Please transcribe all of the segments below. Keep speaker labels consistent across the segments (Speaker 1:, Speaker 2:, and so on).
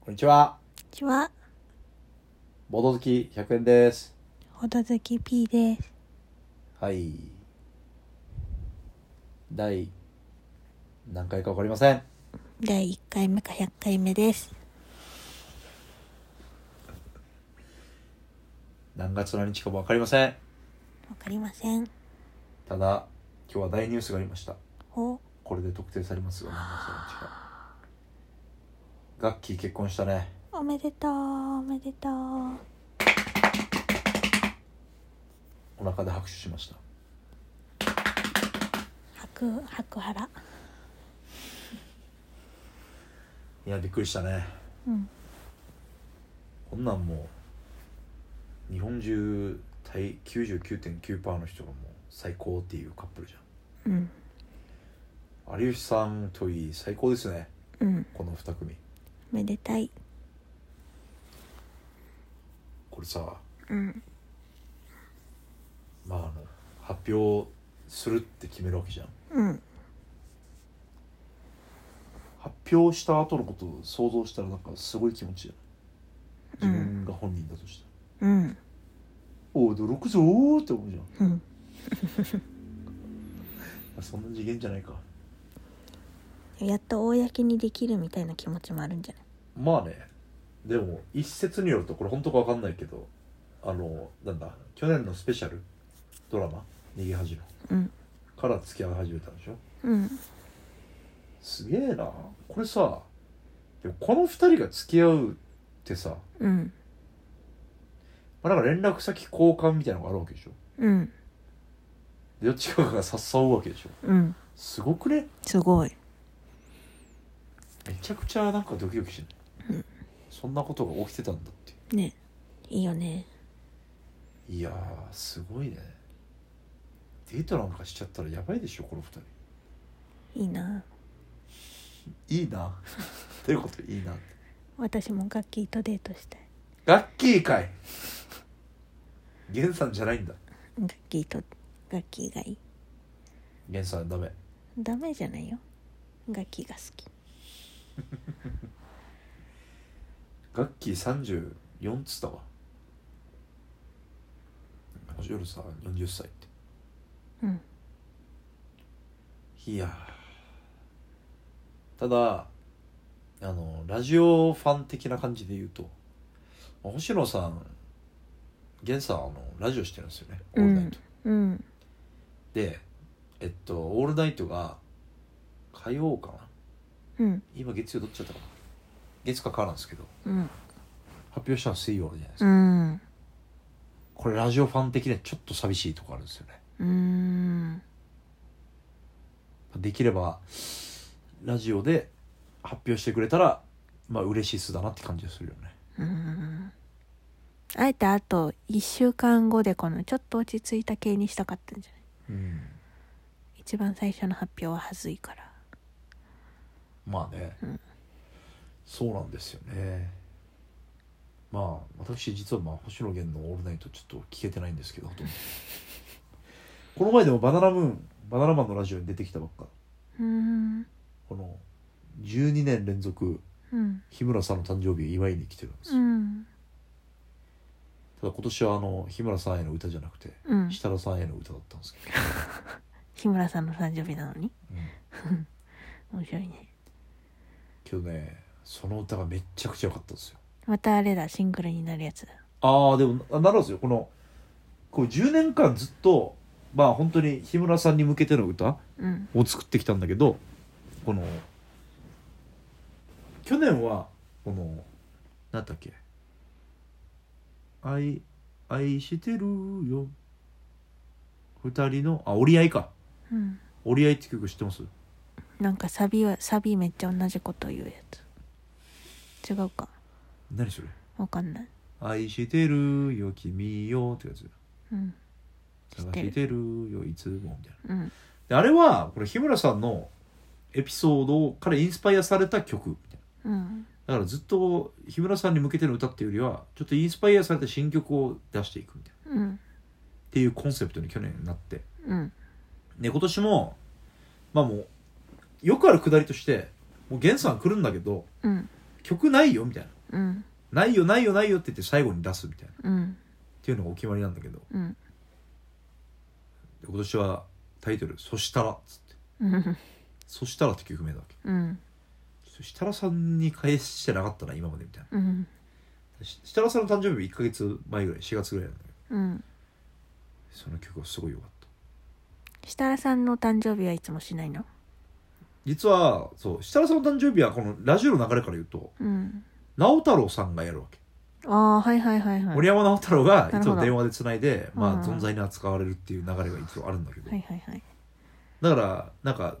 Speaker 1: こんにちは。
Speaker 2: こんにちは、
Speaker 1: ボード好き100円です。
Speaker 2: ほどずき P です。
Speaker 1: はい。第、何回かわかりません。
Speaker 2: 第1回目か100回目です。
Speaker 1: 何月何日かもわかりません。
Speaker 2: わかりません。
Speaker 1: ただ、今日は大ニュースがありました。
Speaker 2: お、
Speaker 1: これで特定されますが、何月何日か。ガッキー結婚したね。
Speaker 2: おめでとう、おめでとう。
Speaker 1: お腹で拍手しました。
Speaker 2: 白、白原。
Speaker 1: いや、びっくりしたね。
Speaker 2: うん。
Speaker 1: こんなんもう、日本中、対99.9%の人がもう最高っていうカップルじゃん。
Speaker 2: うん。
Speaker 1: 有吉さんといい最高ですね
Speaker 2: うん。
Speaker 1: この2組
Speaker 2: めでたい。
Speaker 1: これさ
Speaker 2: うん。
Speaker 1: まああの発表するって決めるわけじゃん
Speaker 2: うん。
Speaker 1: 発表した後のことを想像したらなんかすごい気持ちいい自分が本人だとした
Speaker 2: うん。
Speaker 1: ら、驚くぞーって思うじゃん
Speaker 2: うん。
Speaker 1: あそんな次元じゃないか
Speaker 2: やっと公にできるみたいな気持ちもあるんじゃない
Speaker 1: まあねでも一説によるとこれ本当か分かんないけどあのなんだ去年のスペシャルドラマ「逃げ恥」の
Speaker 2: うん。
Speaker 1: から付き合い始めたんでしょ
Speaker 2: うん。
Speaker 1: すげえなこれさでもこの2人が付き合うってさ、ま
Speaker 2: うん。
Speaker 1: あ、なんか連絡先交換みたいなのがあるわけでしょ
Speaker 2: うん。
Speaker 1: でどっちかが誘うわけでしょ
Speaker 2: うん。
Speaker 1: すごくね
Speaker 2: すごい。
Speaker 1: めちゃくちゃなんかドキドキしてな
Speaker 2: う
Speaker 1: い
Speaker 2: ん
Speaker 1: そんなことが起きてたんだってい
Speaker 2: ね。いいよね。
Speaker 1: ういやーすごいねデートなんかしちゃったらやばいでしょこの2人
Speaker 2: いいな。
Speaker 1: いい などういうこといいなって
Speaker 2: 私もガッキーとデートしたい。
Speaker 1: ガッキーかいゲンさんじゃないんだ
Speaker 2: ガッキーと、ガッキーがいい。
Speaker 1: ゲンさんダメ
Speaker 2: ダメじゃないよガキが好き
Speaker 1: ガッキー34っつったわ夜さ40歳って
Speaker 2: うん
Speaker 1: いやーただあのラジオファン的な感じで言うと星野さん源さんあのラジオしてるんですよね「オールナイト
Speaker 2: うん」
Speaker 1: でえっと「オールナイト」が火曜かな
Speaker 2: うん
Speaker 1: 今月曜どっちだったかな月か火なんですけど
Speaker 2: うん
Speaker 1: 発表したの水曜じゃないですか、
Speaker 2: うん
Speaker 1: これラジオファン的にはちょっと寂しいとこあるんですよね
Speaker 2: うん
Speaker 1: できればラジオで発表してくれたらまあ嬉しいっすだなって感じがするよね
Speaker 2: うんあえてあと1週間後でこのちょっと落ち着いた系にしたかったんじゃない
Speaker 1: うん
Speaker 2: 一番最初の発表ははずいから
Speaker 1: まあね、
Speaker 2: うん
Speaker 1: そうなんですよねまあ私実はまあ星野源の「オールナイト」ちょっと聞けてないんですけどほと んどこの前でもバナナムーンバナナマンのラジオに出てきたばっか
Speaker 2: うん
Speaker 1: この12年連続
Speaker 2: うん
Speaker 1: 日村さんの誕生日を祝いに来てるんですよ、
Speaker 2: うん
Speaker 1: ただ今年はあの日村さんへの歌じゃなくて
Speaker 2: うん
Speaker 1: 設楽さんへの歌だったんですけど、
Speaker 2: 日村さんの誕生日なのに
Speaker 1: うん
Speaker 2: 面白いね
Speaker 1: けどねその歌がめっちゃくちゃ良かったんですよ
Speaker 2: またあれだシングルになるやつだ
Speaker 1: ああでもななるんですよこのこう10年間ずっとまあ本当に日村さんに向けての歌
Speaker 2: うん
Speaker 1: を作ってきたんだけどこの去年はこの何だっけ「愛愛してるよ」二人のあ折り合いか
Speaker 2: うん
Speaker 1: 折り合いって曲知ってます
Speaker 2: なんかサビはサビめっちゃ同じこと言うやつ違うか
Speaker 1: 何それ
Speaker 2: わかんない
Speaker 1: 愛してるよ君よってやつ
Speaker 2: うん
Speaker 1: 探
Speaker 2: てる
Speaker 1: してるよいつもみたいな
Speaker 2: うん
Speaker 1: であれはこれ日村さんのエピソードからインスパイアされた曲みたいな
Speaker 2: うん
Speaker 1: だからずっと日村さんに向けての歌っていうよりはちょっとインスパイアされた新曲を出していくみたいな
Speaker 2: うん
Speaker 1: っていうコンセプトに去年なって
Speaker 2: うん
Speaker 1: で今年もまあもうよくあるくだりとしてもう源さん来るんだけど
Speaker 2: うん
Speaker 1: 曲ないよみたいな
Speaker 2: うん
Speaker 1: ないよないよないよって言って最後に出すみたいなっ
Speaker 2: うん
Speaker 1: ていうのがお決まりなんだけど
Speaker 2: うん
Speaker 1: で今年はタイトル「そしたら」っつって
Speaker 2: うん
Speaker 1: 「そしたら」って曲名だわけ
Speaker 2: うん
Speaker 1: そしたらさんに返してなかったな今までみたい
Speaker 2: うん
Speaker 1: なし設楽さんの誕生日1か月前ぐらい4月ぐらいなんだけど
Speaker 2: うん
Speaker 1: その曲がすごい良かった
Speaker 2: 設楽さんの誕生日はいつもしないの
Speaker 1: 実はそう設楽さんの誕生日はこのラジオの流れから言うと
Speaker 2: うん
Speaker 1: 直太朗さんがやるわけ、
Speaker 2: ああはいはいはいはい
Speaker 1: 森山直太朗がい
Speaker 2: なる
Speaker 1: つ
Speaker 2: ほ
Speaker 1: も
Speaker 2: ど
Speaker 1: 電話でつないで、まあ、
Speaker 2: うん
Speaker 1: 存在に扱われるっていう流れが一応あるんだけど、
Speaker 2: はいはいはい
Speaker 1: だからなんか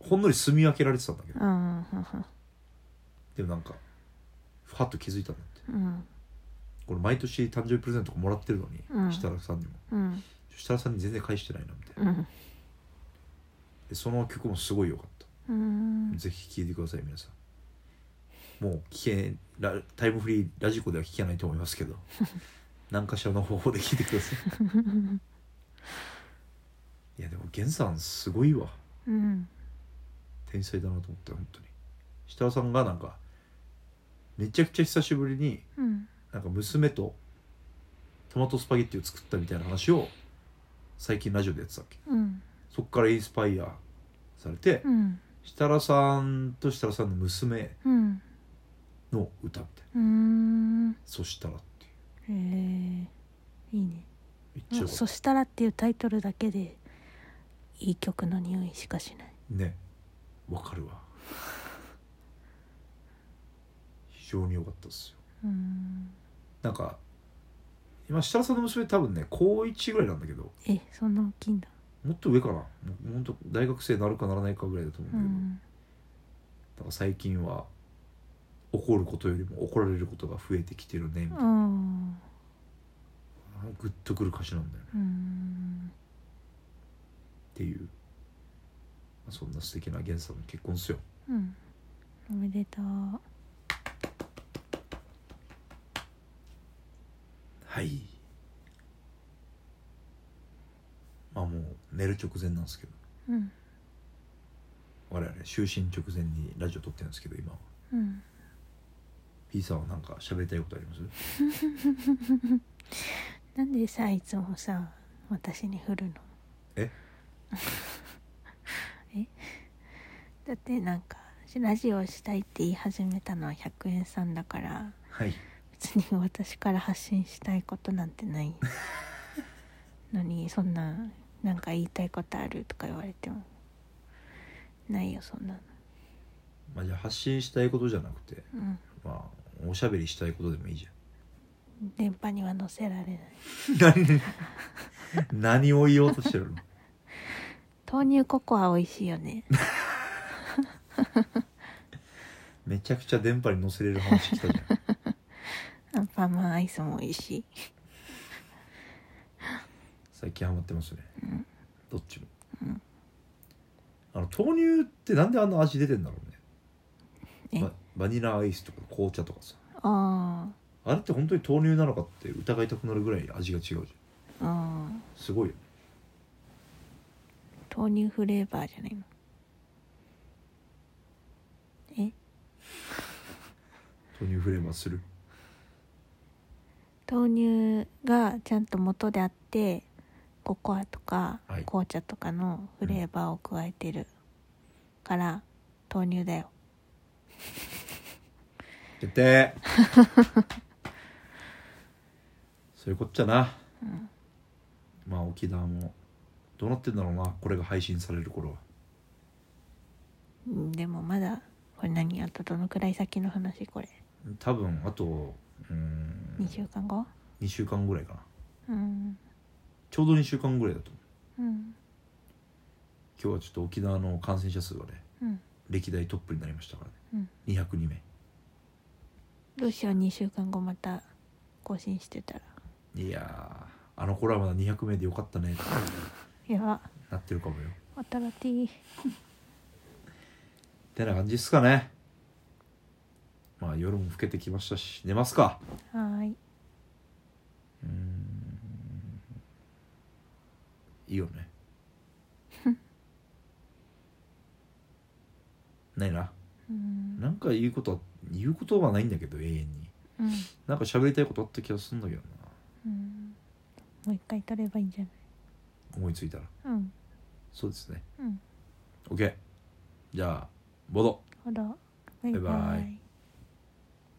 Speaker 1: ほんのり住み分けられてたんだけど
Speaker 2: うん
Speaker 1: でもなんかふはっと気づいたんだって
Speaker 2: うん
Speaker 1: これ毎年誕生日プレゼントとかもらってるのに、
Speaker 2: うん
Speaker 1: 設楽さんにも
Speaker 2: うん
Speaker 1: 設楽さんに全然返してないなみたいな
Speaker 2: うん
Speaker 1: でその曲もすごい良かった
Speaker 2: うん
Speaker 1: ぜひ聴いてください皆さんもう聞けラタイムフリーラジコでは聞けないと思いますけ ど何かしらの方法で聞いてくださいいやでも源さんすごいわ
Speaker 2: うん
Speaker 1: 天才だなと思って本当に設楽さんがなんかめちゃくちゃ久しぶりに
Speaker 2: うん
Speaker 1: なんか娘とトマトスパゲッティを作ったみたいな話を最近ラジオでやってたっけ
Speaker 2: うん
Speaker 1: そっからインスパイアされて
Speaker 2: うん
Speaker 1: 設楽さんと設楽さんの娘
Speaker 2: うん
Speaker 1: の歌みたいな
Speaker 2: うん
Speaker 1: そしたらっていう
Speaker 2: へえいいね
Speaker 1: めっちゃ
Speaker 2: も
Speaker 1: よか
Speaker 2: う
Speaker 1: った
Speaker 2: そしたらっていうタイトルだけでいい曲の匂いしかしない
Speaker 1: ねわかるわ非常に良かったですよ
Speaker 2: うん
Speaker 1: なんか今設楽さんの娘多分ね高1ぐらいなんだけど
Speaker 2: えそんな大きいんだ
Speaker 1: もっと上かなもうほんと大学生になるかならないかぐらいだと思うんだ
Speaker 2: う
Speaker 1: けど、
Speaker 2: ん
Speaker 1: だから最近は怒ることよりも怒られることが増えてきてるねみたいな
Speaker 2: ああ
Speaker 1: グッとくる歌詞なんだよね
Speaker 2: うん
Speaker 1: っていう、まあ、そんな素敵な源さんの結婚っすよ
Speaker 2: うんおめでとう
Speaker 1: はいまあもう寝る直前なんですけど
Speaker 2: うん
Speaker 1: 我々就寝直前にラジオ撮ってるんですけど今は
Speaker 2: うん
Speaker 1: P さんはなんか喋りたいことあります
Speaker 2: なんでさいつもさ私に振るの
Speaker 1: え
Speaker 2: えだってなんかラジオしたいって言い始めたのは100円さんだから
Speaker 1: はい
Speaker 2: 別に私から発信したいことなんてないのにそんななんか言いたいことあるとか言われてもないよそんなの
Speaker 1: まあじゃあ発信したいことじゃなくて
Speaker 2: うん
Speaker 1: まあおしゃべりしたいことでもいいじ
Speaker 2: 電波には載せられない
Speaker 1: ゃん 何何を言おうとしてるの
Speaker 2: 豆乳ココア美味しいよね
Speaker 1: めちゃくちゃ電波に乗せれる話来たじゃん
Speaker 2: アンパンマンアイスも美味しい
Speaker 1: 最近ハマってますね、どっちも、
Speaker 2: うん
Speaker 1: あの豆乳ってなんであんな味出てんだろう
Speaker 2: え
Speaker 1: ねババニラアイスとか紅茶とかさ
Speaker 2: あ
Speaker 1: あれって本当に豆乳なのかって疑いたくなるぐらい味が違うじゃん
Speaker 2: ああ
Speaker 1: すごいよね
Speaker 2: ー豆乳フレーバーじゃないのえ
Speaker 1: 豆乳フレーバーする
Speaker 2: 豆乳がちゃんと元であってココアとか
Speaker 1: はい
Speaker 2: 紅茶とかのフレーバーを加えてるから豆乳だよ
Speaker 1: 決 定そういうこっちゃな、まあ沖縄もどうなってんだろうなこれが配信される頃は
Speaker 2: うんでもまだこれ何あとどのくらい先の話これ
Speaker 1: 多分あとうーん
Speaker 2: 2週間後
Speaker 1: 2週間ぐらいかな
Speaker 2: うん
Speaker 1: ちょうど2週間ぐらいだと思う
Speaker 2: うん
Speaker 1: 今日はちょっと沖縄の感染者数がね
Speaker 2: うん
Speaker 1: 歴代トップになりましたからね、
Speaker 2: うん
Speaker 1: 202名
Speaker 2: どうしよう2週間後また更新してたら
Speaker 1: いやーあの頃はまだ200名でよかったねって
Speaker 2: やば
Speaker 1: なってるかもよ
Speaker 2: 新しい
Speaker 1: てな感じっすかねまあ夜も更けてきましたし寝ますか
Speaker 2: はーいう
Speaker 1: ーんいいよ ねないな
Speaker 2: うん
Speaker 1: なんか言うことは言うことはないんだけど永遠に
Speaker 2: うん、
Speaker 1: なんか喋りたいことあった気がするんだけどな
Speaker 2: うん、もう一回取ればいいんじゃ
Speaker 1: 思いついたら
Speaker 2: ないうん
Speaker 1: そうですね
Speaker 2: うん
Speaker 1: OK じゃあボド
Speaker 2: ほら
Speaker 1: バイバイ
Speaker 2: イ